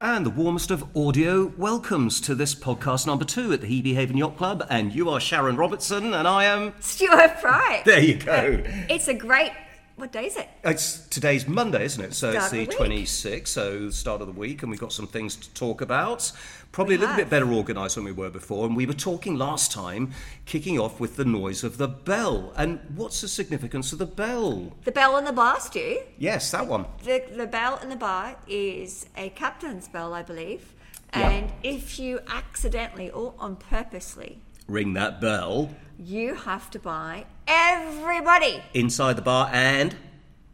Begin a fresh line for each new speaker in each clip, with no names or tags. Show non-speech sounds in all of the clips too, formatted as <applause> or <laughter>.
And the warmest of audio welcomes to this podcast number two at the Hebe Haven Yacht Club. And you are Sharon Robertson, and I am.
Stuart Fry.
There you go.
It's a great. What day is it?
It's today's Monday, isn't it? So it's
Start
the
of the week.
26th, so the start of the week, and we've got some things to talk about. Probably a little
have.
bit better organised than we were before. And we were talking last time, kicking off with the noise of the bell. And what's the significance of the bell?
The bell and the bar, Stu.
Yes, that one.
The, the bell and the bar is a captain's bell, I believe.
Yeah.
And if you accidentally or on purposely,
Ring that bell
you have to buy everybody
inside the bar and.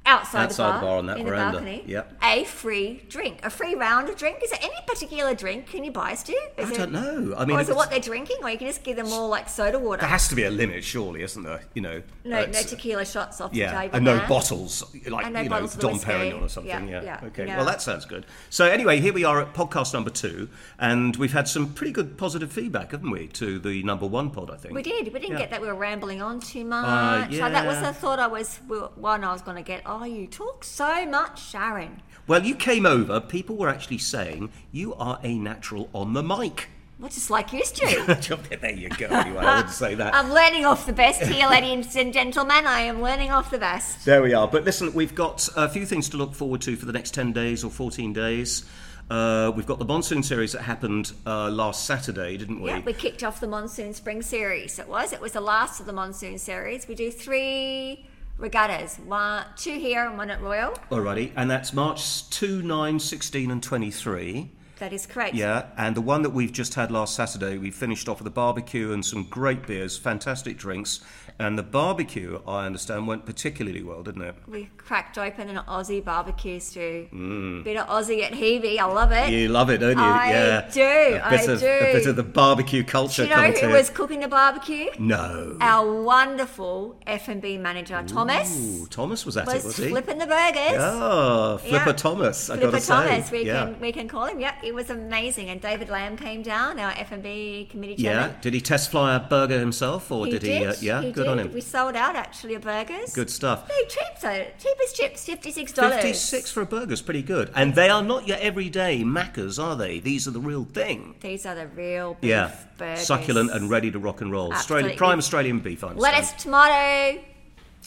outside,
Outside the
the bar,
bar on that
in
veranda.
the balcony
Yep.
a free drink, a free round of drink. Is it any particular drink? Can you buy, Stu? Is
I
it-
don't know. I mean,
or
if
is it
it's-
what they're drinking, or you can just give them all like soda water?
there has to be a limit, surely, isn't there? You know.
no,
uh,
no
it's-
tequila shots off the
Yeah,
table.
and no
now.
bottles like
And no
you know
bottles of
Dom
whiskey.
Perignon or something. Yeah,
Yeah, yeah,
okay.
yeah.
Well, that sounds good. So anyway, here we are at podcast number two, and we've had some pretty good positive feedback, haven't we, to the number one pod? I think
We did. We didn't
Yeah. Uh,
get that. We were rambling on too much. Like, that was
yeah.
the thought I was we were- one I was going to get. Oh, you talk so much, Sharon.
Well, you came over. People were actually saying you are a natural on the mic. <laughs>
Not just like you, Stu.
there you go. Anyway, I wouldn't
<laughs>
say that.
I'm learning off the best here, ladies and gentlemen. I am learning off the best.
There we are. But listen, we've got a few things to look forward to for the next 10 days or 14 days. Uh, we've got the monsoon series that happened uh, last Saturday, didn't we?
Yeah, we kicked off the monsoon spring series. It was. It was the last of the monsoon series. We do three regattas, one, two here and one at Royal.
Alrighty, and that's March 2, 9, 16, and 23.
That is correct.
Yeah, and the one that we've just had last Saturday, we finished off with a barbecue and some great beers, fantastic drinks. And the barbecue, I understand, went particularly well, didn't it?
We cracked open an Aussie barbecue, Stu. Mm. Bit of Aussie at Hebe. I love it.
You love it, don't you?
I
yeah.
do,
A bit
I
of,
do.
A bit of the barbecue culture
Do you know
coming
who
to
was cooking the barbecue?
No.
Our wonderful F&B manager, Thomas,
Ooh, Thomas was at
was,
it, was he?
flipping the burgers.
Oh, Flipper
Yeah.
Thomas, I
Flipper
gotta
Thomas,
say.
we
yeah.
can we can call him. Yep, it was amazing. And David Lamb came down, our F&B committee
yeah.
chairman.
Did he test fly a burger himself or did, he? Uh, yeah, good on
did.
him.
We sold out actually of burgers.
Good stuff.
They cheap though. Cheapest chips, fifty six dollars.
56 for a burger is pretty good. And they are not your everyday Maccas, are they? These are the real thing.
These are the real beef
Yeah.
burgers.
Succulent and ready to rock and roll. Australian,
Absolutely.
prime Australian beef, I understand.
lettuce, tomato,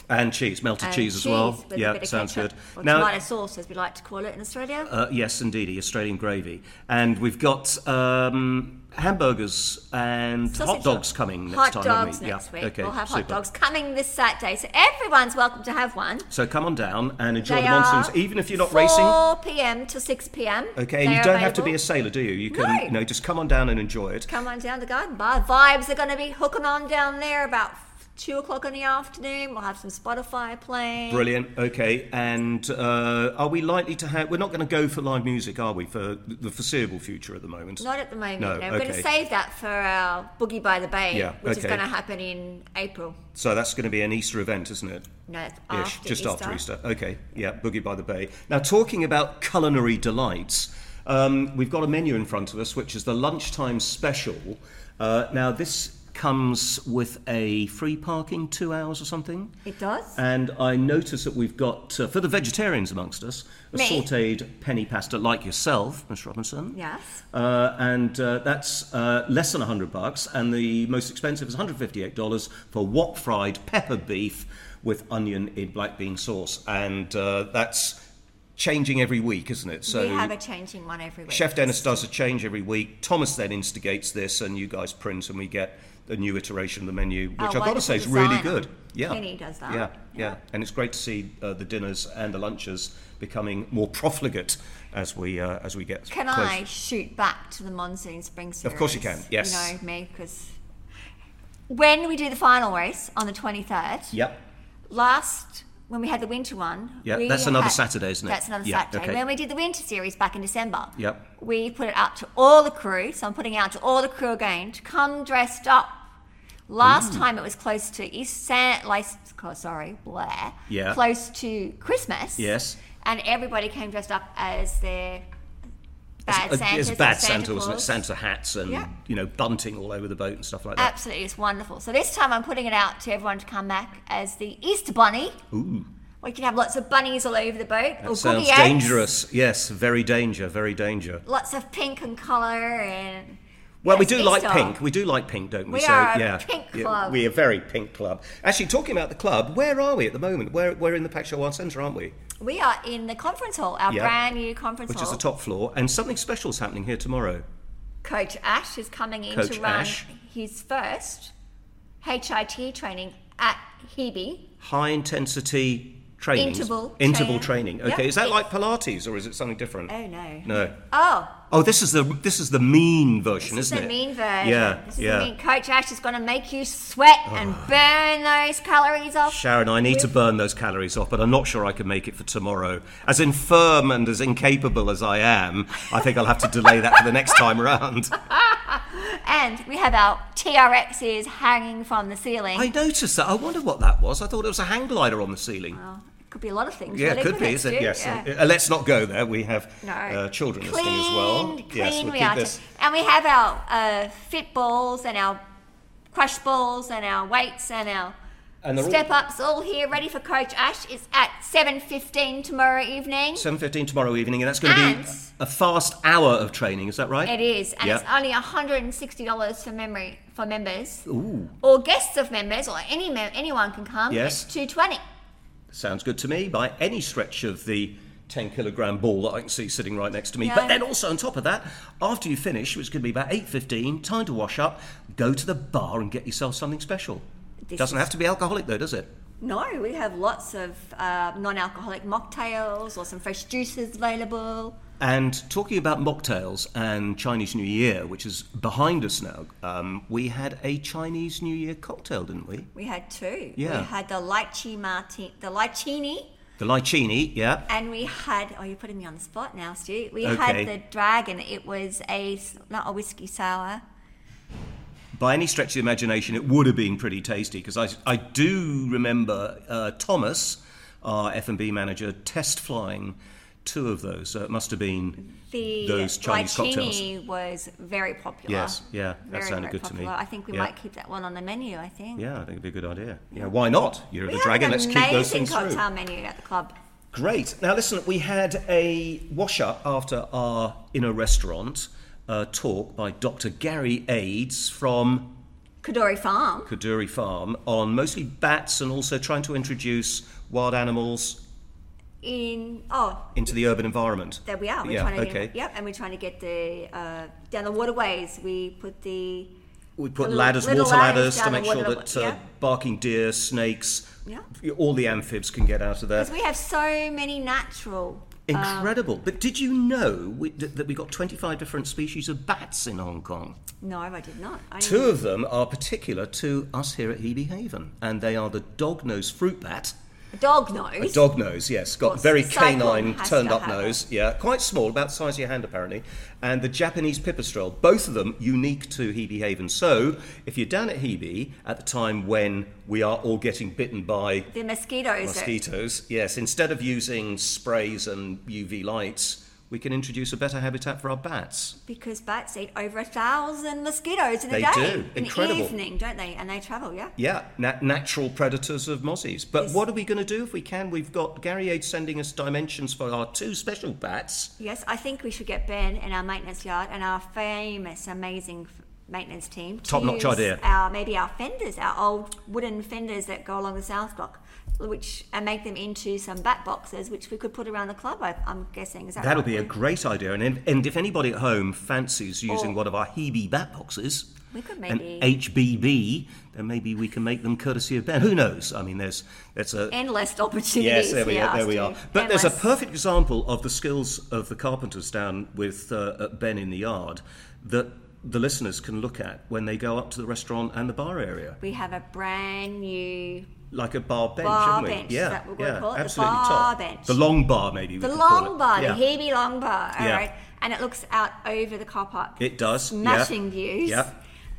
And cheese, melted
and
cheese as well.
with a
yeah,
bit of
sounds
ketchup,
good.
Or tomato sauce, as we like to call it in Australia.
Uh, yes, indeedy, Australian gravy. And we've got um, hamburgers and hot
Sausage
dogs
roll.
coming next
hot
time. haven't
dogs
we?
next
yeah.
week.
Okay,
we'll have
super.
hot dogs coming this Saturday, so everyone's welcome to have one.
So come on down and enjoy
They
the
are
monsoons, even if you're not
4
racing.
4 p.m. to 6 p.m.
Okay, and
They
you
are
don't have to be a
available.
sailor, do you? You can,
No.
you know, just come on down and enjoy it.
Come on down to Garden Bar. Vibes are going to be hooking on down there about two o'clock in the afternoon. We'll have some Spotify playing.
Brilliant. Okay, and uh, are we likely to have? We're not going to go for live music, are we, for the foreseeable future at the moment?
Not at the moment.
No,
No, we're going
okay.
to save that for our Boogie by the Bay,
Yeah,
which is
okay.
going to happen in April.
So that's going to be an Easter event, isn't it?
No, it's
Ish,
after
just
Easter.
after Easter. Okay, yeah, Boogie by the Bay. Now, talking about culinary delights, um, we've got a menu in front of us, which is the lunchtime special. Uh, now, this comes with a free parking, two hours or something.
It does.
And I notice that we've got, uh, for the vegetarians amongst us, a
Me.
sauteed penny pasta like yourself, Miss Robinson.
Yes.
Uh, and uh, that's uh, less than 100 bucks, and the most expensive is $158 for wok fried pepper beef with onion in black bean sauce. And uh, that's changing every week, isn't it? So
we have a changing one every week.
Chef Dennis does a change every week. Thomas then instigates this, and you guys print, and we get the new iteration of the menu, which
Our
I've got to say is
Oh, wonderful
really
designer,
good. Yeah,
Kenny does that.
Yeah, yeah, and it's great to see uh, the dinners and the lunches becoming more profligate as we uh, as we get.
Can
closer.
I shoot back to the monsoon spring series?
Of course you can, yes.
You know me because when we do the final race on the twenty third,
Yep.
last when we had the winter one,
Yeah,
we
that's another Saturday, isn't it?
That's another
Yeah,
Saturday.
okay.
When we did the winter series back in December,
Yep.
we put it out to all the crew. So I'm putting it out to all the crew again to come dressed up. Last time it was close to East San, like, oh, sorry, Blair.
Yeah.
Close to Christmas.
Yes.
And everybody came dressed up as their bad
Uh,
Santa.
it's
or
bad
Santa,
Santa, wasn't it?
Claus.
Santa hats and
Yeah.
you know bunting all over the boat and stuff like that.
Absolutely, it's wonderful. So this time I'm putting it out to everyone to come back as the Easter Bunny.
Ooh.
Or you can have lots of bunnies all over the boat. or
Sounds
googie eggs,
dangerous. Yes, very danger, very danger.
Lots of pink and colour and.
Well, we
Yes,
do like
Easter.
pink. We do like pink, don't we?
We
so,
are a
yeah,
pink
Yeah,
club.
we are very pink club. Actually, talking about the club, where are we at the moment? We're, we're in the Pack Show Art Centre, aren't we?
We are in the conference hall, our
Yeah.
brand new conference
Which
hall.
is the top floor, and something special's happening here tomorrow.
Coach Ash is coming in
Coach
to run
Ash.
his first HIT training at Hebe.
High intensity training.
Interval
Interval
training.
training. Okay,
Yep.
is that like Pilates or is it something different?
Oh no.
No.
Oh,
Oh, this is the this is the mean version,
this is
isn't
the
it?
mean version.
Yeah,
This is
yeah. Ah.
the mean. Coach Ash is going to make you sweat and burn those calories off.
Sharon, I need to burn those calories off, but I'm not sure I can make it for tomorrow. As infirm and as incapable as I am, I think I'll have to delay that for the next time round.
And we have our TRXs hanging from the
<laughs>
ceiling.
I noticed that. I wonder what that was. I thought it was a hang glider on the ceiling.
Well, Oh, it could be a lot of things.
yeah,
really,
it could
couldn't
be, is it?
Stu?
Yes.
Yeah.
Uh, let's not go there. We have
No.
uh, children
clean,
listening as well.
Clean
yes, we'll
we
keep
are.
this.
And we have our uh, fit balls and our crush balls and our weights and our
And they're all-
step ups all here ready for Coach Ash. It's at 7.15 tomorrow evening.
7.15 tomorrow evening, and that's going to be
And-
a fast hour of training. Is that right?
it is, and it's
Yeah.
only $160 for memory for members
Ooh,
or guests of members or any mem- anyone can come.
Yes.
It's 220.
sounds good to me by any stretch of the 10 kilogram ball that I can see sitting right next to me.
Yeah.
But then also on top of that, after you finish, which could be about 8.15, time to wash up, go to the bar and get yourself something special.
This
Doesn't
is-
have to be alcoholic though, does it?
No, we have lots of uh, non-alcoholic mocktails or some fresh juices available.
And talking about mocktails and Chinese New Year, which is behind us now, um, we had a Chinese New Year cocktail, didn't we?
We had two.
Yeah.
We had the lychee martini, the lychini,
The lychee, yeah.
and we had. Oh, you're putting me on the spot now, Stu. We
Okay.
had the dragon. It was a s- not a whiskey sour.
By any stretch of the imagination, it would have been pretty tasty because I, I do remember uh, Thomas, our F&B manager, test flying two of those. So it must have been
The
those Chinese cocktails.
lychee was very popular.
Yes, yeah, that
very,
sounded
very
good to me.
popular. I think we
Yeah.
might keep that one on the menu. I think.
Yeah, I think it'd be a good idea. Yeah, why not? You're
We
the
have
dragon.
an
Let's
amazing
keep those things through.
cocktail menu at the club.
Great. Now, listen, we had a wash up after our In a Restaurant uh, talk by Dr. Gary Aids from
Kadori Farm.
Kaduri Farm on mostly bats and also trying to introduce wild animals
In oh,
into the urban environment.
There we are. We're
Yeah,
trying to
okay.
Yep, and we're trying to get the uh, down the waterways. We put the
We put
Little-
ladders,
little
water
ladders
ladders, to
down
make
the
sure
water-
that uh,
yeah.
barking deer, snakes,
Yeah. uh,
all the amphibs can get out of there.
because we have so many natural.
Incredible. but did you know we, that that we got 25 different species of bats in Hong Kong?
No, I did not. I
Two of them are particular to us here at Hebe Haven, and they are the dog nose fruit bat.
a dog nose.
A dog nose, yes, got
Well,
very
cyclone
canine,
has to
turned up
have
nose. Yeah, quite small, about the size of your hand apparently. And the Japanese pipistrel, both of them unique to Hebe Haven. So if you're down at Hebe at the time when we are all getting bitten by
the mosquitoes. are-
mosquitoes, yes, instead of using sprays and UV lights, we can introduce a better habitat for our bats.
because bats eat over a thousand mosquitoes in a
They
day.
do.
In
Incredible.
the evening, don't they? And they travel. Yeah.
Yeah, na- natural predators of mozzies. But
Yes.
what are we going to do if we can? We've got Gary Aid sending us dimensions for our two special bats.
Yes, I think we should get Ben and our maintenance yard and our famous, amazing f- maintenance team. to
Top-notch
use
idea.
Our maybe our fenders, our old wooden fenders that go along the south block, which and make them into some bat boxes, which we could put around the club. I, I'm guessing is that
That'll
right?
be a great idea. And, if- and if anybody at home fancies using
Or-
one of our Hebe bat boxes,
We could
an
Oh. maybe-
HBB, then maybe we can make them courtesy of Ben. Who knows? I mean, there's that's a
endless opportunities.
Yes, there we
yeah,
are. There we
Stu.
are. But there's a
Endless.
perfect example of the skills of the carpenters down with uh, at Ben in the yard that the listeners can look at when they go up to the restaurant and the bar area,
We have a brand new
like a bar bench,
Bar
haven't we?
bench, is
yeah,
that what we're
yeah,
gonna call it? The
absolutely
bar
top.
bench.
The long bar, maybe.
the
we could call
long
it.
bar,
yeah.
the Hebe long bar. All right,
Yeah.
and it looks out over the car park.
It does. yeah.
smashing views.
Yeah.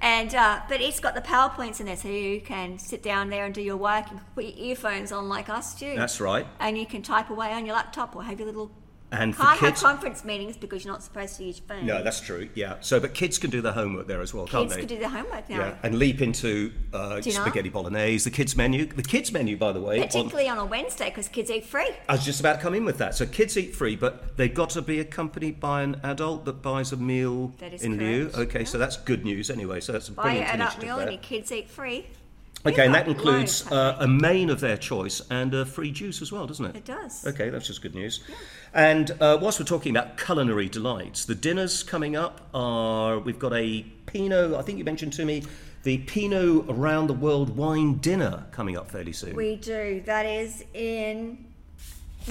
And uh, but it's got the powerpoints in there, so you can sit down there and do your work and put your earphones on like us do.
That's right.
And you can type away on your laptop or have your little
And for
Can't have
kids,
conference meetings because you're not supposed to use your phone.
no, that's true. Yeah. So, but kids can do their homework there as well, can't
Kids
they?
could do their homework now.
yeah, and leap into uh,
Do you know?
spaghetti bolognese, the kids menu. The kids menu, by the way, on-
Particularly on a Wednesday because kids eat free.
I was just about to come in with that. So kids eat free, but they've got to be accompanied by an adult that buys a meal
That is
in lieu.
correct,
Okay, so that's good news anyway. So that's a
Buy your
brilliant
adult
initiative
meal and
there.
your kids eat free.
Okay, and
got
that includes
loads,
uh, a main of their choice and a free juice as well, doesn't it?
It does.
Okay, that's just good news. And uh, whilst we're talking about culinary delights, the dinners coming up are we've got a Pinot, I think you mentioned to me, the Pinot Around the World Wine Dinner coming up fairly soon.
We do. That is in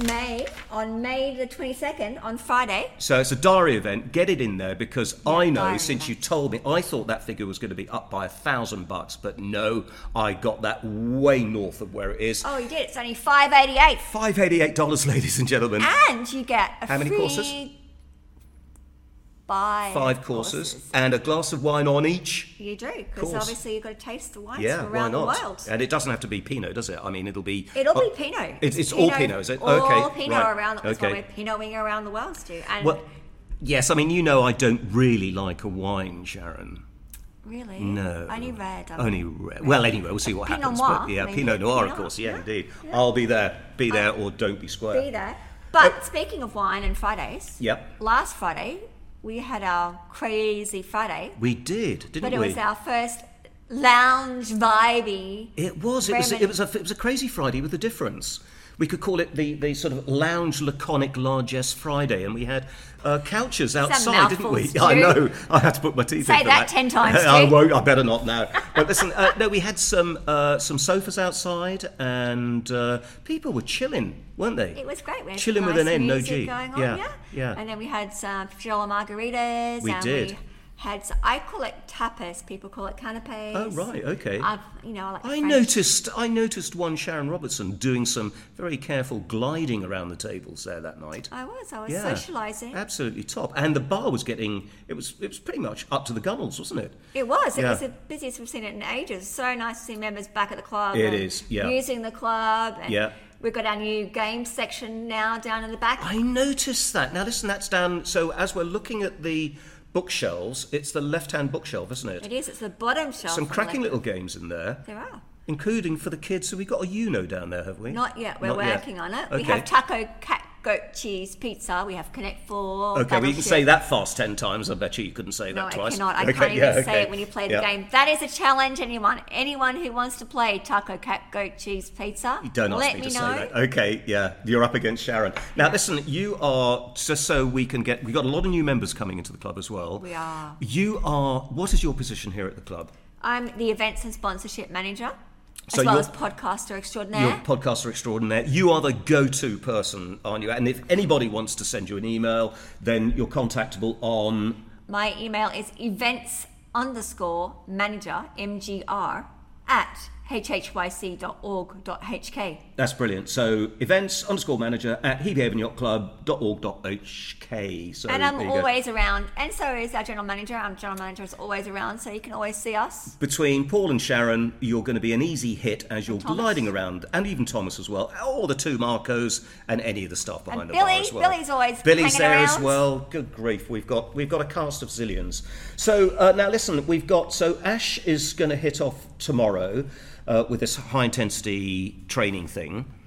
May, on May the 22nd, on Friday.
So it's a diary event. Get it in there because I know
diary
since
event.
you told me, I thought that figure was going to be up by a thousand bucks, but no, I got that way north of where it is.
Oh, you did. It's only 588
Five eighty-eight dollars, ladies and gentlemen.
And you get a
How many
free
courses?
Five,
Five courses, and a glass of wine on each.
You do, because
Course.
obviously you've got to taste the wines
Yeah,
from
why
around the
not?
world.
And it doesn't have to be Pinot, does it? I mean, it'll be
It'll
oh,
be Pinot.
It's, it's all Pinot, is it?
All
okay,
Pinot
right.
around. That's
okay.
why we're Pinoting around the world, Stu. And
Well, yes, I mean, you know, I don't really like a wine, Sharon.
really,
No.
only red. I'm-
Only red. Well, anyway, we'll see what
Pinot
happens. but
Noir,
yeah,
maybe.
Pinot Noir, of
Pinot,
course. Yeah,
yeah,
indeed.
yeah.
I'll be there. Be there or don't be square.
be there. But
Oh.
speaking of wine and Fridays,
Yep.
last Friday we had our crazy Friday,
We did, didn't
but it
we?
was our first lounge vibey.
It was. It was,
Roman-
it was. A, it was a crazy Friday with a difference. We could call it the, the sort of lounge laconic largesse Friday, and we had uh, couches outside, didn't we?
mouthful,
<laughs> I
Stu.
know. I had to put my teeth
Say
into
that 10 times,
<laughs> I
Stu.
won't. I better not now. But listen, uh, no, we had some uh, some sofas outside, and uh, people were chilling, weren't they?
It was great. We had
Chilling with
some nice
an N, no
music
G.
Going on,
Yeah,
yeah,
yeah.
And then we had some picciola margaritas.
We
and
did.
We had, some, I call it tapas. People call it canapes.
Oh right, okay.
I've, you know, I like the
I
French.
noticed I noticed one Sharon Robertson doing some very careful gliding around the tables there that night.
I was. I was
Yeah.
socializing.
Absolutely top. And the bar was getting it was it was pretty much up to the gunnels, wasn't it?
It was. It
Yeah.
was the busiest we've seen it in ages. So nice to see members back at the club.
It
and
is, yeah.
Using the club. And
Yeah.
We've got our new game section now down in the back.
I noticed that. Now listen, that's down so as we're looking at the bookshelves, it's the left hand bookshelf, isn't it?
it is. It's the bottom shelf.
Some
on the
cracking
left.
little games in there,
There are.
including for the kids. So we've got a Uno down there, have we?
Not yet. We're
Not yet.
working on it.
Okay.
We have taco, cat, goat cheese, pizza. We have Connect Four.
Okay, well, you can
Battleship.
say that fast ten times. I bet you you couldn't say
No,
that twice.
I cannot. I
Okay,
can't even
yeah, okay.
say it when you play the
Yeah.
game. That is a challenge. Anyone, anyone who wants to play taco, cat, goat cheese, pizza,
You don't ask
let
me,
me,
to
know.
say that. Okay, yeah, you're up against Sharon. Now, listen, you are just so we can get. We've got a lot of new members coming into the club as well.
We are.
You are. What is your position here at the club?
I'm the events and sponsorship manager, as
So
well
you're-
as podcaster extraordinaire.
You're a podcaster extraordinaire. You are the go-to person, aren't you? And if anybody wants to send you an email, then you're contactable on.
My email is events underscore manager mgr at hhyc.org.hk.
That's brilliant. So events underscore manager at hebehavenyachtclub.org.hk. So
and I'm
there you go.
always around, and so is our general manager. Our general manager is always around, so you can always see us.
between Paul and Sharon, you're going to be an easy hit as you're
Thomas.
gliding around, and even Thomas as well, or the two Marcos, and any of the staff behind the bar
Billy.
as well.
Billy's always
Billy's
hanging
there as
around.
well. Good grief, we've got we've got a cast of zillions. So uh, now listen, we've got so Ash is going to hit off tomorrow uh, with this high intensity training thing,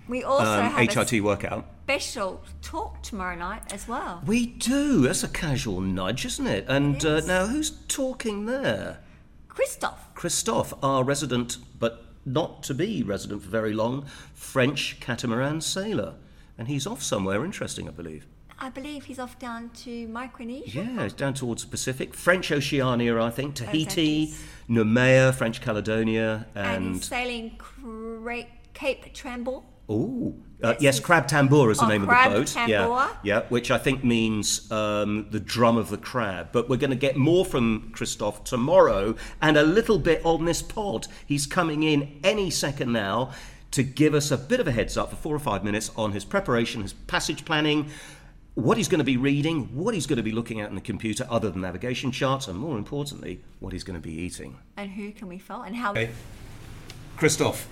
We also
um,
have a
HRT workout.
special talk tomorrow night as well.
We do. That's a casual nudge, isn't it? And uh, now who's talking there?
Christoph.
Christophe, our resident, but not to be resident for very long, French catamaran sailor. And he's off somewhere interesting, I believe.
I believe he's off down to Micronesia.
Yeah, it's down towards the Pacific. French Oceania, I think. Tahiti,
Antarctic.
Noumea, French Caledonia,
And, he's
and.
sailing Cra- Cape Tremble.
Oh, uh,
That's
yes,
his-
Crab Tambour is the
Oh,
name
Crab
of the boat. Yeah,
Tambour.
yeah, which I think means um, the drum of the crab. But we're going to get more from Christophe tomorrow and a little bit on this pod. He's coming in any second now to give us a bit of a heads up for four or five minutes on his preparation, his passage planning. What he's going to be reading, what he's going to be looking at in the computer, other than navigation charts, and more importantly, what he's going to be eating.
And who can we follow? And how?
Christophe,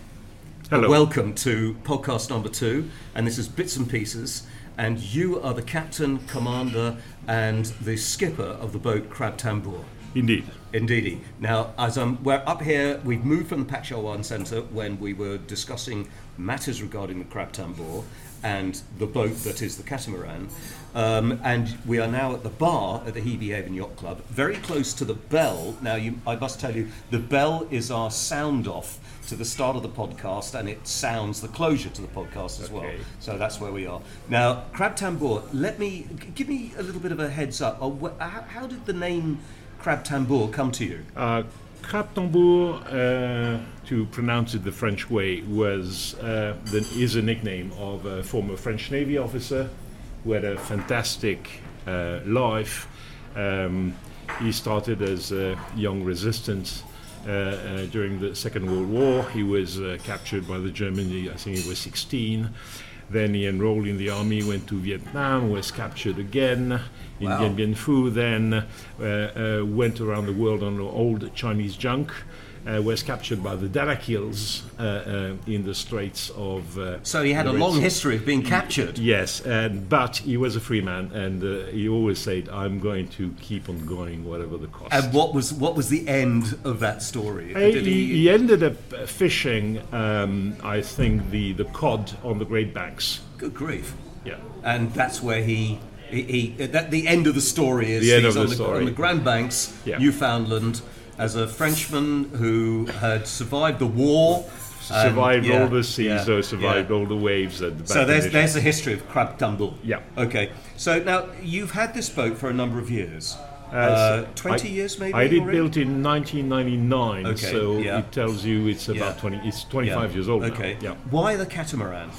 Hello.
welcome to podcast number two, and this is Bits and Pieces. and you are the captain, commander, and the skipper of the boat Crab Tambour.
Indeed.
Indeedy. Now, as um, we're up here, we've moved from the Pakshawan Centre when we were discussing matters regarding the crab tambour and the boat that is the catamaran. Um, and we are now at the bar at the Hebe Haven Yacht Club, very close to the bell. Now, you, I must tell you, the bell is our sound off to the start of the podcast, and it sounds the closure to the podcast as well.
Okay.
So that's where we are now. Crab Tambour. Let me g- give me a little bit of a heads up. on wh- uh, how, how did the name Crab Tambour come to you?
Uh, Crab tambour, uh, to pronounce it the French way, was uh, the, is a nickname of a former French Navy officer who had a fantastic uh, life. Um, he started as a young resistance uh, uh, during the Second World War. He was uh, captured by the Germans, I think he was 16. Then he enrolled in the army, went to Vietnam, was captured again in
Wow.
Dien Bien Phu, then uh, uh, went around the world on old Chinese junk, uh, was captured by the Danakils uh, uh, in the Straits of. Uh,
So he had a
the Red
long
Sea.
history of being captured.
Yes, and, but he was a free man, and uh, he always said, "I'm going to keep on going, whatever the cost."
And what was what was the end of that story?
Uh,
Did
he,
he-
he ended up uh, fishing, um, I think, the, the cod on the Great Banks.
Good grief!
Yeah.
And that's where he. He, he, that the end of the story is
The end
he's
of
on,
the
the,
story.
on the Grand Banks,
Yeah.
Newfoundland, as a Frenchman who had survived the war, and-
survived
Um, yeah,
all the seas,
yeah,
though, survived
yeah.
all the waves at the back.
So
of
there's
the
there's the history of Crab Tumble.
Yeah.
Okay. So now you've had this boat for a number of years, uh,
so
twenty
I-
years maybe.
I did
already?
built in 1999,
Okay,
so
yeah.
it tells you it's about
Yeah.
20. It's
Yeah.
25 years old
Okay.
now. Yeah.
Why the catamaran?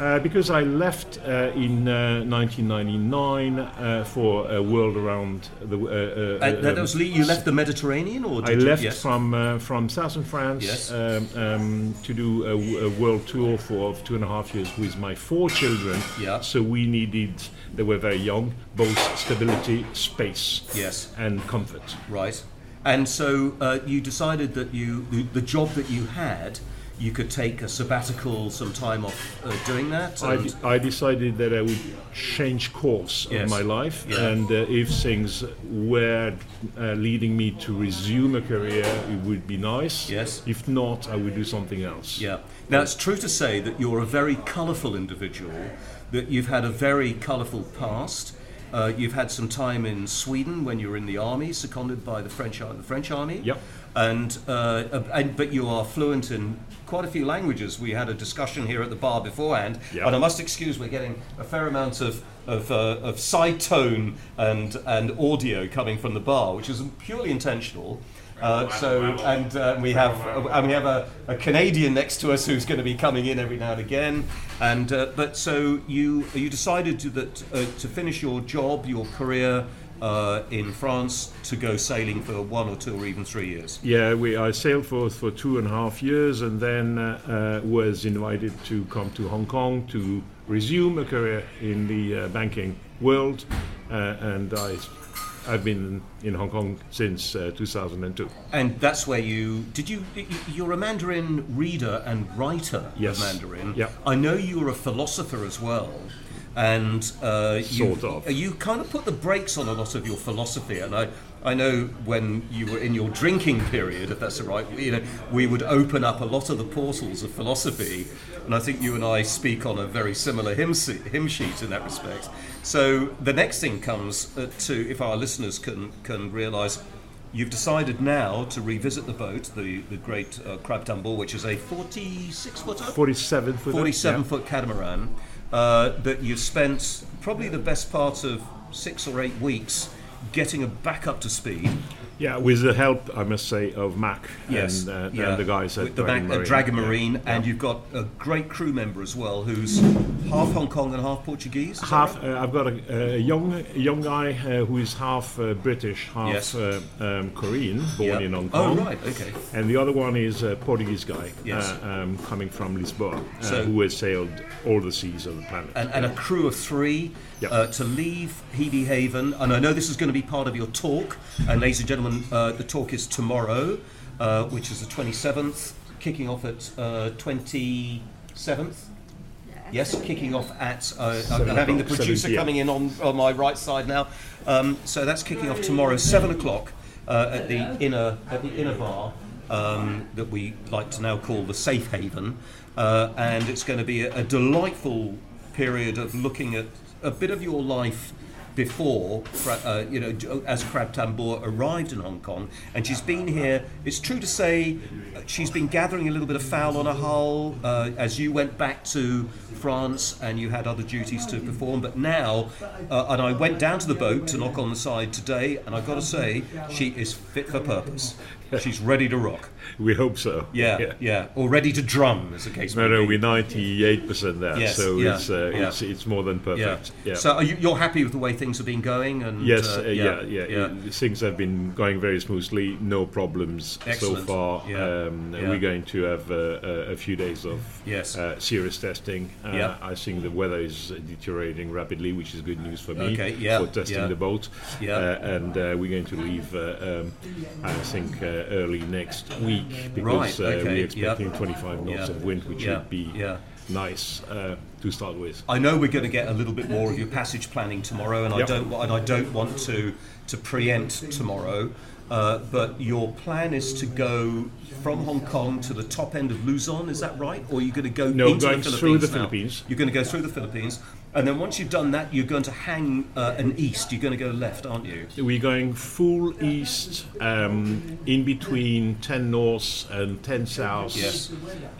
Uh, because I left uh, in uh, 1999 uh, for a world around the. w- Uh, uh,
Uh, that
um,
was Lee, you left the Mediterranean, or did
I
you?
left
yes.
from uh, from southern France
Yes.
um, um, to do a, w- a world tour for of two and a half years with my four children.
Yeah.
So we needed. They were very young. Both stability, space,
Yes.
and comfort.
Right. And so uh, you decided that you the, the job that you had, you could take a sabbatical, some time off uh, doing that.
I,
and-
de- I decided that I would change course
Yes.
of my life,
Yeah.
and uh, if things were uh, leading me to resume a career, it would be nice.
Yes.
If not, I would do something else.
Yeah. Now it's true to say that you're a very colourful individual. That you've had a very colourful past. Uh, you've had some time in Sweden when you were in the army, seconded by the French ar- the French army.
Yep.
And, uh, uh, and but you are fluent in quite a few languages. We had a discussion here at the bar beforehand,
Yep.
and I must excuse we're getting a fair amount of of, uh, of side tone and and audio coming from the bar, which is purely intentional. Uh, so and uh, we have and we have a, a Canadian next to us who's going to be coming in every now and again. And uh, but so you you decided to, that uh, to finish your job, your career uh, in France, to go sailing for one or two or even three years.
Yeah, we, I sailed for, for two and a half years and then uh, uh, was invited to come to Hong Kong to resume a career in the uh, banking world. Uh, and I, I've been in Hong Kong since uh, 2002.
And that's where you did you y- y- you're a Mandarin reader and writer
Yes.
of Mandarin.
Yeah.
I know you're a philosopher as well. And uh, you,
Sort of.
you kind of put the brakes on a lot of your philosophy, and I, I know when you were in your drinking period, if that's the right, you know, we would open up a lot of the portals of philosophy, and I think you and I speak on a very similar hymn, se- hymn sheet in that respect. So the next thing comes uh, to if our listeners can can realise You've decided now to revisit the boat, the, the great uh, Crab Tumble, which is a 46 footer?
47 for
47 foot catamaran uh, that you've spent probably the best part of six or eight weeks getting it back up to speed.
Yeah, with the help, I must say, of Mac
Yes.
and, uh,
yeah.
and the guys at
With the back-
Dragon Marine.
at Dragon
Yeah.
Marine, and you've got a great crew member as well who's half Hong Kong and half Portuguese. is that right?
Half, uh, I've got a, a young young guy uh, who is half uh, British, half
Yes.
uh, um, Korean,
Yeah.
born in Hong Kong.
Oh, right, okay.
And the other one is a Portuguese guy
Yes.
uh, um, coming from Lisboa, uh,
So-
who has sailed all the seas of the planet.
and, and a crew of three
Yep.
uh, to leave Hebe Haven. And I know this is going to be part of your talk. And ladies and gentlemen, uh, the talk is tomorrow, uh, which is the 27th, kicking off at uh, 27th. Yes, kicking off at. Uh, I'm
Seven
having the
o'clock,
producer
7 p.m.
coming in on, on my right side now. Um, so that's kicking off tomorrow, seven o'clock, uh, at the inner at the inner bar um, that we like to now call the Safe Haven, uh, and it's going to be a, a delightful period of looking at a bit of your life before, Fra- uh, you know, Jo- as Crab Tambor arrived in Hong Kong, and she's been here. It's true to say uh, she's been gathering a little bit of fowl on her hull uh, as you went back to France and you had other duties to perform. But now, uh, and I went down to the boat to knock on the side today, and I've got to say, she is fit for purpose. She's ready to rock.
<laughs> We hope so.
Yeah, yeah, or ready to drum, as the case
<laughs> No,
may
no,
be.
we're 98% there,
Yes,
so
yeah,
it's, uh,
yeah.
it's it's more than
Yeah.
perfect. Yeah.
So are you, you're happy with the way things have been going? And
yes,
uh,
uh, yeah, yeah, Things have been going very smoothly, no problems
Excellent.
so far.
Yeah,
Um,
yeah.
We're going to have uh, a, a few days of
Yes.
uh, serious testing. Uh,
Yeah.
I think the weather is deteriorating rapidly, which is good news for me
Okay, yeah,
for testing
yeah.
the boat.
Yeah.
Uh, and uh, we're going to leave, uh, um, I think, uh, early next week
Right,
because uh,
okay,
we're
yeah.
expecting 25 knots
Yeah.
of wind, which
Yeah,
would be
yeah.
nice uh, to start with.
I know we're going to get a little bit more of your passage planning tomorrow, and I
Yep.
don't wa- and I don't want to to preempt tomorrow. Uh, but your plan is to go from Hong Kong to the top end of Luzon, is that right? Or are you going to go
No,
into
going
the Philippines?
through the
now?
Philippines.
You're going to go through the Philippines, and then once you've done that, you're going to hang uh, an east. You're going to go left, aren't you?
We're going full east, um, in between 10 north and 10 south
Yes.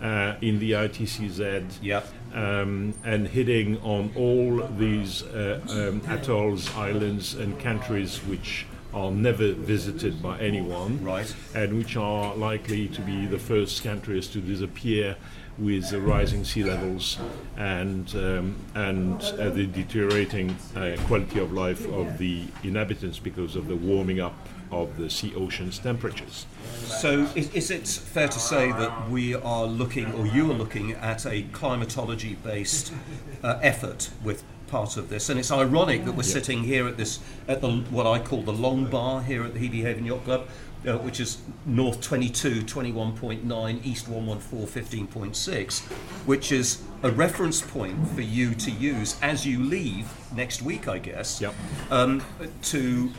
uh, in the ITCZ,
Yep.
um, and hitting on all these uh, um, atolls, islands, and countries which are never visited by anyone,
Right.
and which are likely to be the first countries to disappear. With the rising sea levels and um, and uh, the deteriorating uh, quality of life of the inhabitants because of the warming up of the sea ocean's temperatures.
So, is, is it fair to say that we are looking, or you are looking, at a climatology based uh, effort with part of this? And it's ironic that we're sitting here at this, at the what I call the long bar here at the Hebe Haven Yacht Club, uh, which is north 22, 21.9, east 114, 15.6, which is a reference point for you to use as you leave next week, I guess
Yep.
um, to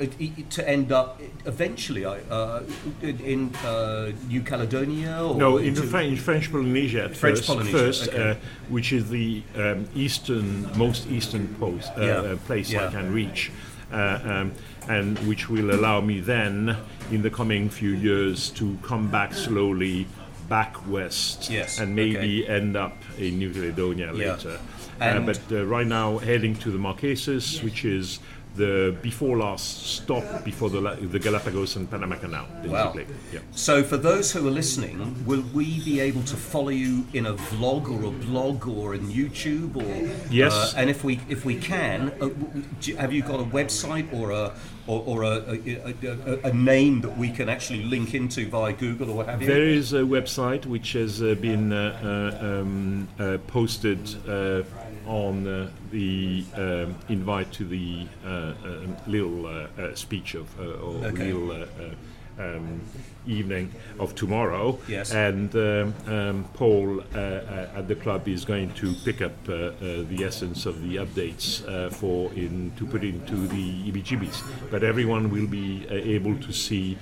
uh, to end up eventually I- uh, in uh, New Caledonia or
No, in
into-
the French, French Polynesia at
French
first,
Polynesia,
first
okay.
uh, which is the um, eastern, most eastern post, uh,
Yeah,
uh, place
yeah.
I can reach, uh, um, and which will allow me then, in the coming few years, to come back slowly back west
Yes,
and maybe end up in New Caledonia later. Uh,
And-
but uh, right now, heading to the Marquesas, which is the before last stop before the, La- the Galapagos and Panama Canal,
Wow.
basically. Yeah.
So for those who are listening, will we be able to follow you in a vlog or a blog or in YouTube or
Yes.
Uh, and if we if we can, uh, w- w- do you- have you got a website or a or, or a, a, a, a- a name that we can actually link into via Google or what have you?
There is a website which has uh, been uh, uh, um, uh, posted uh, on uh, the um, invite to the uh, um, little uh, uh, speech of uh, or
Okay.
little uh, uh, um, evening of tomorrow.
Yes.
And um, um, Paul uh, uh, at the club is going to pick up uh, uh, the essence of the updates uh, for in to put into the EBGBs. But everyone will be uh, able to see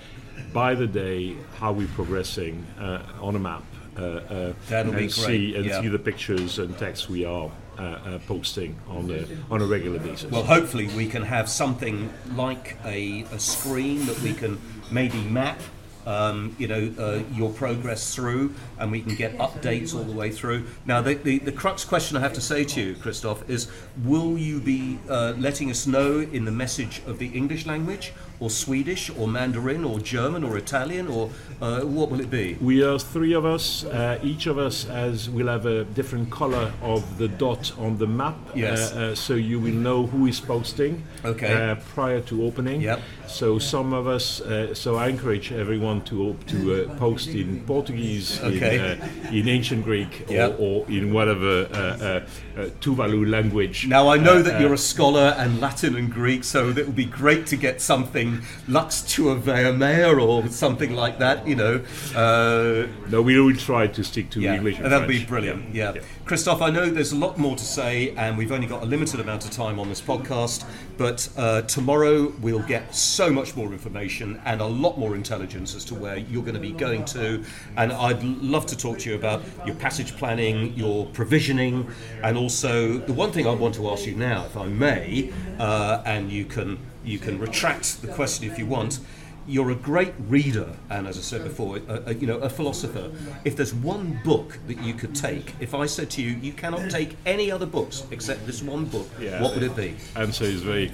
by the day how we're progressing uh, on a map. Uh, uh,
That'll
and
be great,
see and
yeah.
see the pictures and texts we are uh, uh, posting on a on a regular basis.
Well, hopefully we can have something like a, a screen that we can maybe map, um, you know, uh, your progress through, and we can get updates all the way through. Now, the, the, the crux question I have to say to you, Christoph, is will you be uh, letting us know in the message of the English language, or Swedish, or Mandarin, or German, or Italian, or uh, what will it be?
We are three of us. Uh, each of us has will have a different color of the dot on the map.
Yes.
Uh, uh, so you will know who is posting.
Okay.
Uh, prior to opening.
Yep.
So some of us. Uh, so I encourage everyone to op- to uh, post in Portuguese,
Okay.
in, uh, in ancient Greek, or,
Yep.
or in whatever uh, uh, uh, Tuvalu language.
Now I know that you're a scholar and Latin and Greek, so it would be great to get something um, Lux Tour Vermeer or something like that, you know. Uh,
No, we will try to stick to
yeah,
English and
that'd be
French.
brilliant. Yeah. Christoph, I know there's a lot more to say, and we've only got a limited amount of time on this podcast, but uh, tomorrow we'll get so much more information and a lot more intelligence as to where you're going to be going to. And I'd love to talk to you about your passage planning, your provisioning, and also the one thing I want to ask you now, if I may, uh, and you can you can retract the question if you want you're a great reader, and as I said before, a, a, you know, a philosopher. If there's one book that you could take, if I said to you, you cannot take any other books except this one book,
Yeah.
what would it be?
Answer is very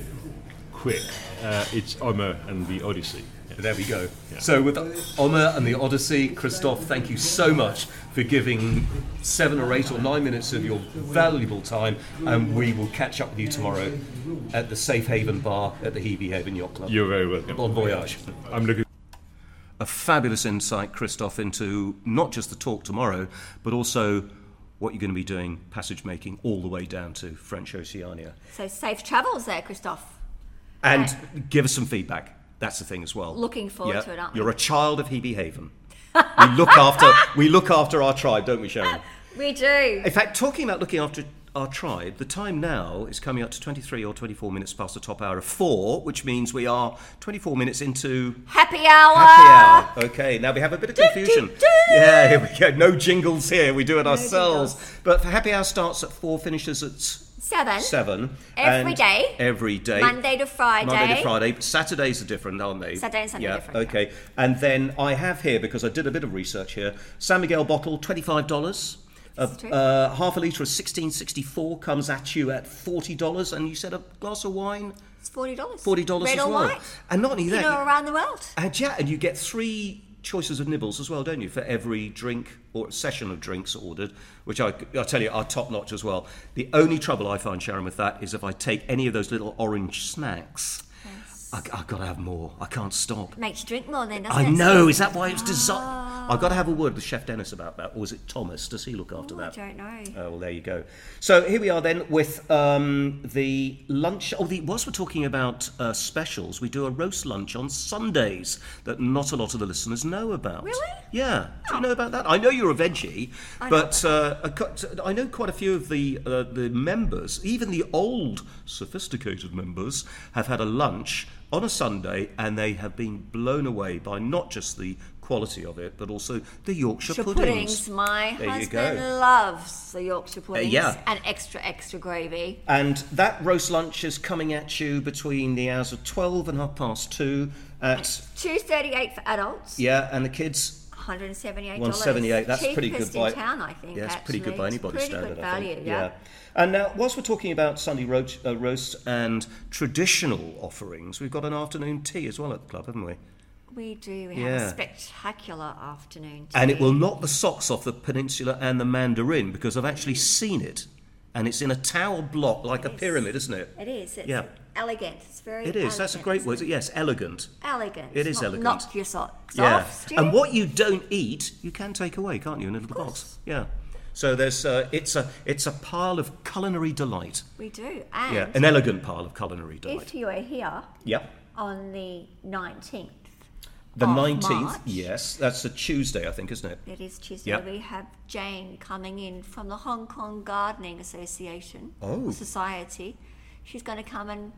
quick. Uh, it's Homer and the Odyssey.
There we go. So with Omer and the Odyssey, Christoph, thank you so much for giving seven or eight or nine minutes of your valuable time, and we will catch up with you tomorrow at the Safe Haven Bar at the Hebe Haven Yacht Club.
You're very welcome.
Bon voyage.
I'm looking.
a fabulous insight, Christoph, into not just the talk tomorrow, but also what you're going to be doing passage making all the way down to French Oceania.
So safe travels there, Christoph.
And give us some feedback. That's the thing as well.
Looking forward to it, aren't we?
You're a child of Hebe Haven. we look
<laughs>
after we look after our tribe, don't we, Sharon?
We do.
In fact, talking about looking after our tribe, the time now is coming up to 23 or 24 minutes past the top hour of four, which means we are 24 minutes into
Happy hour.
Happy hour. Okay, now we have a bit of confusion.
do, do.
Yeah, here we go. No jingles here. We do it ourselves.
jingles.
But for happy hour starts at four, finishes at
Seven.
seven.
Every
and
day.
Every day.
Monday to Friday.
Monday to Friday. But Saturdays are different, aren't they?
Saturday and Sunday
yeah,
are different,
Okay. And then I have here because I did a bit of research here. San Miguel bottle, twenty-five dollars.
That's true.
Uh, half a litre of 1664 comes at you at $40, and you said a glass of wine,
It's forty dollars.
$40
Red
as
or
well.
white?
And not only
You
that,
know, around the world.
and yeah, and you get three choices of nibbles as well, don't you, for every drink or session of drinks ordered, which I, I tell you are top notch as well. The only trouble I find, Sharon, with that is if I take any of those little orange snacks, I, I've got to have more. I can't stop.
Makes you drink more then, doesn't it?
I know. Is that why it's designed? I've got to have a word with Chef Dennis about that, or was it Thomas? Does he look after
Oh, I
that?
don't know.
Oh, well, there you go. So here we are then with um, the lunch. Oh, the, whilst we're talking about uh, specials, we do a roast lunch on Sundays that not a lot of the listeners know about.
Really? Oh.
Yeah. Do you know about that? I know you're a veggie,
I know
but uh, a cu- I know quite a few of the uh, the members, even the old sophisticated members, have had a lunch on a Sunday and they have been blown away by not just the quality of it, but also the Yorkshire
Yorkshire
puddings.
puddings. My
There you
husband
go. Uh,
loves the Yorkshire puddings
yeah.
and extra extra gravy.
And that roast lunch is coming at you between the hours of 12 and half past 2 at,
Two thirty eight for adults.
yeah, and the kids.
One hundred and seventy eight.
178. That's pretty good
in
by
town, I think.
Yeah, it's pretty good
actually.
by
It's
anybody's
pretty
standard.
good
I
value,
think.
yeah.
And now, whilst we're talking about Sunday roast, uh, roast and traditional offerings, we've got an afternoon tea as well at the club, haven't we?
We do. We have
Yeah.
a spectacular afternoon. Tea.
And it will knock the socks off the peninsula and the Mandarin because I've actually seen it, and it's in a tower block like a pyramid, isn't it?
It is. It's
Yeah.
elegant. It's very.
It is. That's a
elegant,
great
isn't
word. Yes, elegant.
it? Elegant.
It is
Not
elegant.
Knock your socks off, Stu.
And what you don't eat, you can take away, can't you, in a little box? Yeah. So there's uh, it's a it's a pile of culinary delight.
we do. And
Yeah, an elegant pile of culinary delight.
if you are here
Yep.
on the nineteenth,
The
Of
19th.
March.
Yes, that's a Tuesday, I think, isn't it?
it is Tuesday.
Yep.
We have Jane coming in from the Hong Kong Gardening Association
Oh.
Society. She's going to come and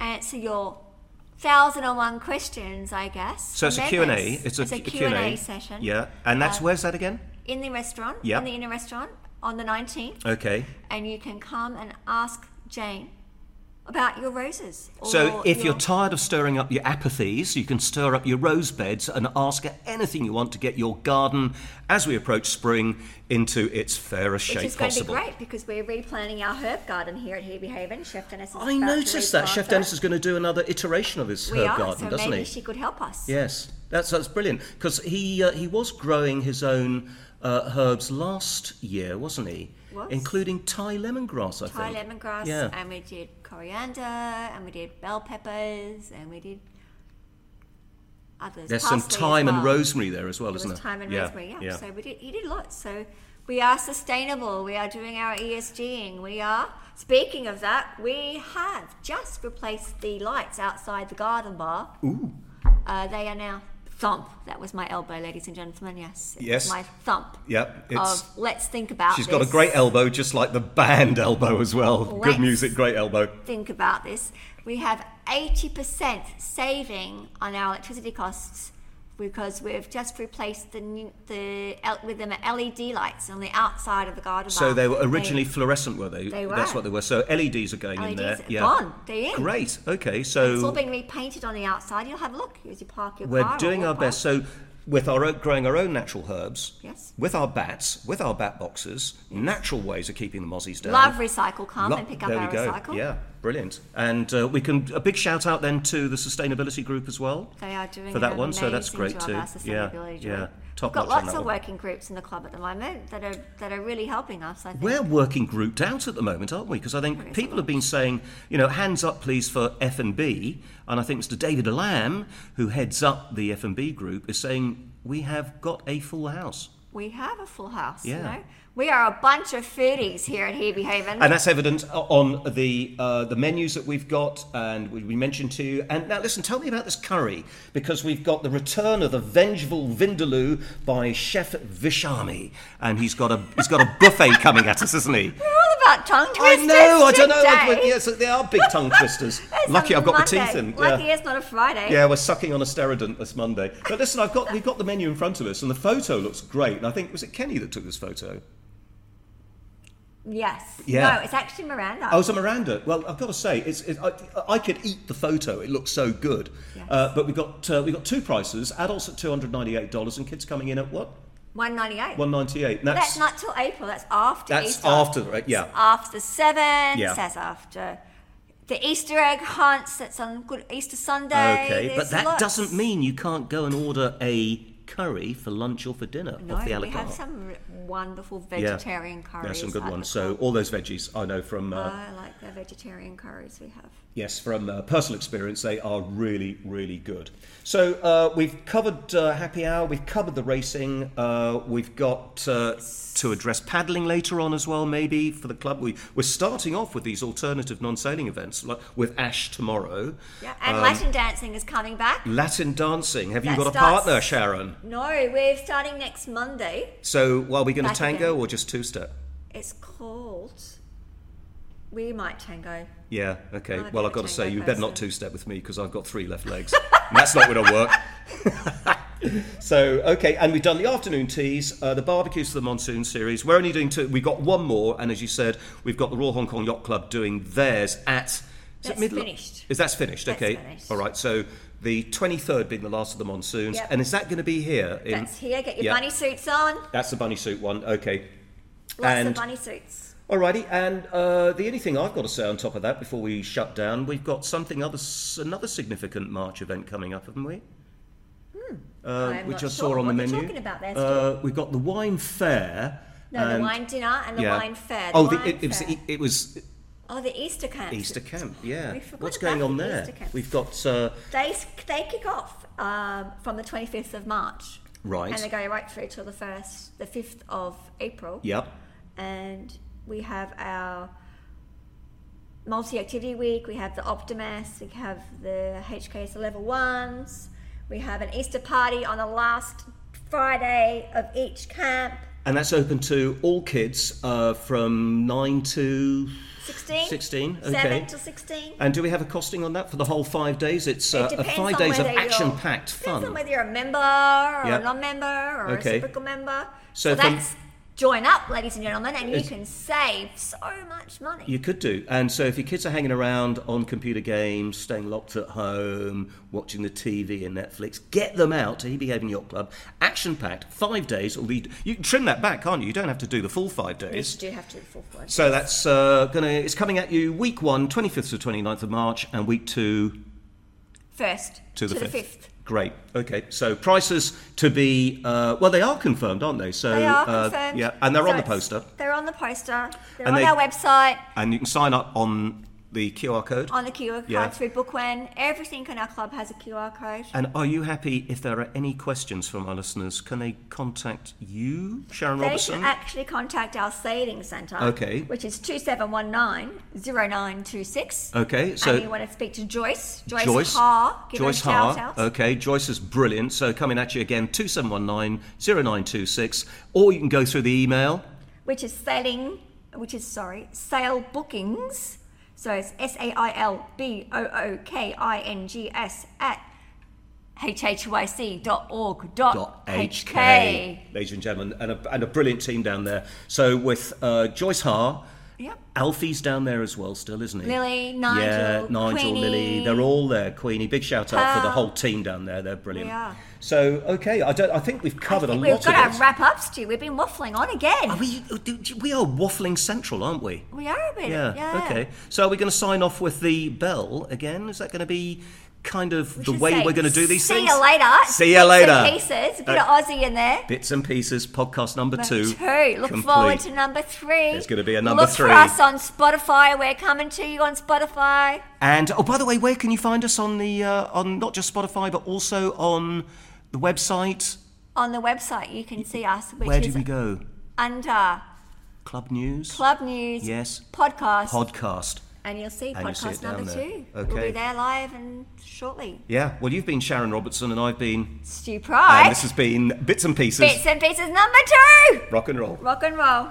answer your thousand and one questions, I guess.
So it's a
from
Q&A.
members.
It's a,
it's a
Q-
Q and A session. Uh,
Yeah. And that's where's that again?
In the restaurant.
Yep.
In the inner restaurant on the nineteenth.
Okay.
and you can come and ask Jane about your roses. Or
So if
your-
you're tired of stirring up your apathies, you can stir up your rose beds and ask her anything you want to get your garden as we approach spring into its fairest shape
which is going to be
possible.
great because we're replanting our herb garden here at Hebe Haven. Chef Dennis is
I
about to
noticed that. Chef
replant
Dennis
it.
is going to do another iteration of his
we
herb
are,
garden,
so
doesn't
maybe
he?
she could help us.
Yes, that's that's brilliant because he uh, he was growing his own uh, herbs last year, wasn't he?
Was.
Including Thai lemongrass, I
Thai
think.
lemongrass,
Yeah.
and we did coriander, and we did bell peppers, and we did others.
There's some
parsley as
thyme and
well.
rosemary there as well,
There
isn't
was
there?
thyme and rosemary, yeah. So we did, he did lots. So We are sustainable. We are doing our E ESGing. We are. Speaking of that, we have just replaced the lights outside the garden bar.
Ooh.
Uh, they are now thump. That was my elbow, ladies and gentlemen. Yes. It was
Yes.
My thump.
Yep. It's,
Of let's think about.
she's got a
this.
great elbow, just like the band <laughs> elbow as well.
Lex.
Good music, great elbow.
think about this, we have 80% saving on our electricity costs because we've just replaced the new- the L- with them LED lights on the outside of the garden.
So
bar.
they were originally fluorescent, were they?
They were.
That's what they were. So LEDs are going in
LEDs
there.
are E gone. They're in.
Great. Okay.
It's all
So
being repainted on the outside. You'll have a look as you park your car.
we're
or
doing our
walk by.
best. So with our own, growing our own natural herbs,
Yes.
with our bats, with our bat boxes, natural ways of keeping the mozzies down.
Love recycle. Come
uh, Lo-
and pick up
there
our
we go.
recycle.
Yeah, brilliant. And uh, we can a big shout out then to the sustainability group as well.
They are doing
for that
an
one, so that's great
amazing job,
too.
our
Yeah,
sustainability
yeah.
group.
Top
We've
notch on
got lots
that
of
one.
working groups in the club at the moment that are that are really helping us. I think.
We're working grouped out at the moment, aren't we? Because I think people have been saying, you know, hands up, please, for F and B. And I think Mr. David Lamb, who heads up the F and B group, is saying we have got a full house,
We have a full house. You
Yeah.
know? We are a bunch of foodies here at Hebe Haven.
and that's evident o- on the uh, the menus that we've got, and we, we mentioned to you. And now, listen, tell me about this curry because we've got the return of the vengeful Vindaloo by Chef Vishami, and he's got a he's got a buffet coming at us, isn't he?
We're all about tongue
I
twisters.
know, I don't know.
today.
But
<laughs>
yes, they are big tongue twisters.
It's
Lucky
a
I've got my
Monday.
teeth in.
Lucky
yeah.
it's not a Friday.
yeah, we're sucking on a sterodent this Monday. But listen, I've got we've got the menu in front of us, and the photo looks great. And I think was it Kenny that took this photo?
Yes.
Yeah.
No, it's actually Miranda.
Oh, was a Miranda. Well, I've got to say, it's, it, I, I could eat the photo. It looks so good.
Yes.
Uh, but we've got uh, we've got two prices: adults at two hundred ninety-eight dollars, and kids coming in at what
198.
one ninety-eight.
That's not till April. That's after
that's
Easter.
after the- right, yeah.
After the seventh.
Yeah.
That's after the Easter egg hunts. That's on Good Easter Sunday.
okay. But
There's
that
lots.
doesn't mean you can't go and order a curry for lunch or for dinner
No,
off the
we have
Allegard.
some r- wonderful
Yeah.
vegetarian curries.
Yeah, some good
at the
ones. So
club.
all those veggies, I know from uh,
I like the vegetarian curries we have.
yes, from uh, personal experience, they are really, really good. So uh, we've covered uh, happy hour. We've covered the racing. Uh, we've got uh, to address paddling later on as well, maybe for the club. We we're starting off with these alternative non-sailing events, like with Ash tomorrow. Um,
Yeah, and Latin dancing is coming back.
Latin dancing. Have you
That
got a
starts-
partner, Sharon?
No, we're starting next Monday.
So, well, are we going to
Back
tango
again.
or just two-step?
It's called We Might Tango.
Yeah, okay.
Well, I've
well,
got
I've got to
to change
say,
my
you better not
person.
two step with me because I've got three left legs. <laughs> and that's not going to work. <laughs> so, okay, and we've done the afternoon teas, uh, the barbecues for the monsoon series. We're only doing two. We've got one more, and as you said, we've got the Royal Hong Kong Yacht Club doing theirs at. Is
That's finished.
Is that's finished?
That's
okay.
finished.
All right. So the twenty third being the last of the monsoons,
Yep.
and is that going to be here? In,
That's here. Get your
yeah.
bunny suits on.
That's the bunny suit one. Okay.
Lots
And-
of bunny suits.
Alrighty, and uh, the only thing I've got to say on top of that before we shut down, we've got something other, another significant March event coming up, haven't we? Uh,
Hmm. I'm
which
not
I saw
sure.
on the
What are you
menu.
talking about there, Stu?
uh, we've got the wine fair.
No,
and-
the wine dinner and the wine fair. The
oh,
wine
the, it, it was
fair.
it, it was
oh, the Easter camp.
Easter camp. Yeah,
We forgot
what's going
about
on
the
there?
Easter camp.
We've got uh,
They, s- they kick off um, from the 25th of March.
Right.
And they go right through till the 1st, the 5th of April.
yep,
and we have our multi-activity week. We have the Optimus. We have the HKS level ones. We have an Easter party on the last Friday of each camp.
and that's open to all kids uh, from nine to
16?
16, okay.
Seven to sixteen.
And do we have a costing on that for the whole five days? It's uh, a
depends
five
on
days of
whether you're-
action-packed fun.
Depends on whether you're a member or
Yep.
a non-member or
Okay.
a reciprocal member.
So
So,
from-
that's join up, ladies and gentlemen, and you
Is-
can save so much money.
You could do. And so if your kids are hanging around on computer games, staying locked at home, watching the TV and Netflix, get them out to Hebe Haven Yacht Club. Action packed, five days. It'll lead, you can trim that back, can't you? You don't have to do the full five
you
days.
do have to do the full one.
So that's uh, gonna. It's coming at you week one, 25th to 29th of March, and week two
First
to the,
fifth.
5th. Great. Okay. So prices to be uh, well, they are confirmed, aren't they? So
They are
uh,
confirmed.
yeah, and they're
So
on the
it's-
poster,
They're on the poster. They're
And
on
they-
our website.
and you can sign up on the QR code?
on the QR code
Yeah.
through Bookwen. Everything in our club has a QR code.
And are you happy if there are any questions from our listeners? Can they contact you, Sharon
They
Robertson?
can actually contact our sailing centre,
Okay.
which is 2719-0926.
okay,
and you
so
want to speak to Joyce, Joyce,
Joyce
Haar, give her
Joyce
a shout
Haar.
out.
Okay, Joyce is brilliant. So coming at you again, 2719-0926. Or you can go through the email.
which is sailing, which is sorry, sale bookings. So it's S A I L B O O K I N G S at hhyc.org.hk.
.hk, ladies and gentlemen, and a, and a brilliant team down there. So with uh, Joyce Haar,
Yep.
Alfie's down there as well, still, isn't he?
Lily,
yeah,
Nigel,
Nigel,
Queenie.
Lily, they're all there. Queenie, big shout out for the
Pearl.
whole team down there. They're brilliant.
They are.
So okay, I don't. I think we've
I
covered
think
a
we've
lot
got
of
our
it.
wrap up, Stu. We've been waffling on again.
Are we, uh, do- do- we are waffling central, aren't we?
we are a bit.
Yeah. Okay. So are we going to sign off with the bell again? Is that going to be kind of the
should
way
say,
we're going to do these
see
things?
you later.
See you
Bits and
later.
Pieces. A bit
Uh,
of Aussie in there.
Bits and pieces. Podcast number,
Number
two.
Look
complete.
forward to number three.
There's gonna be a number
Look
three.
for us on Spotify. We're coming to you on Spotify.
And oh, by the way, where can you find us on the uh, on not just Spotify but also on the website?
On the website, you can see us, which
Where
is
do we go?
under
Club News.
Club News
Yes.
Podcast,
Podcast.
and you'll see
And you'll
podcast
see it down
number
there.
two. We'll
Okay.
be there live and shortly.
Yeah. Well, you've been Sharon Robertson, and I've been.
Stu
And
Pride.
this has been bits and pieces.
Bits and pieces number two.
Rock and roll.
Rock and roll.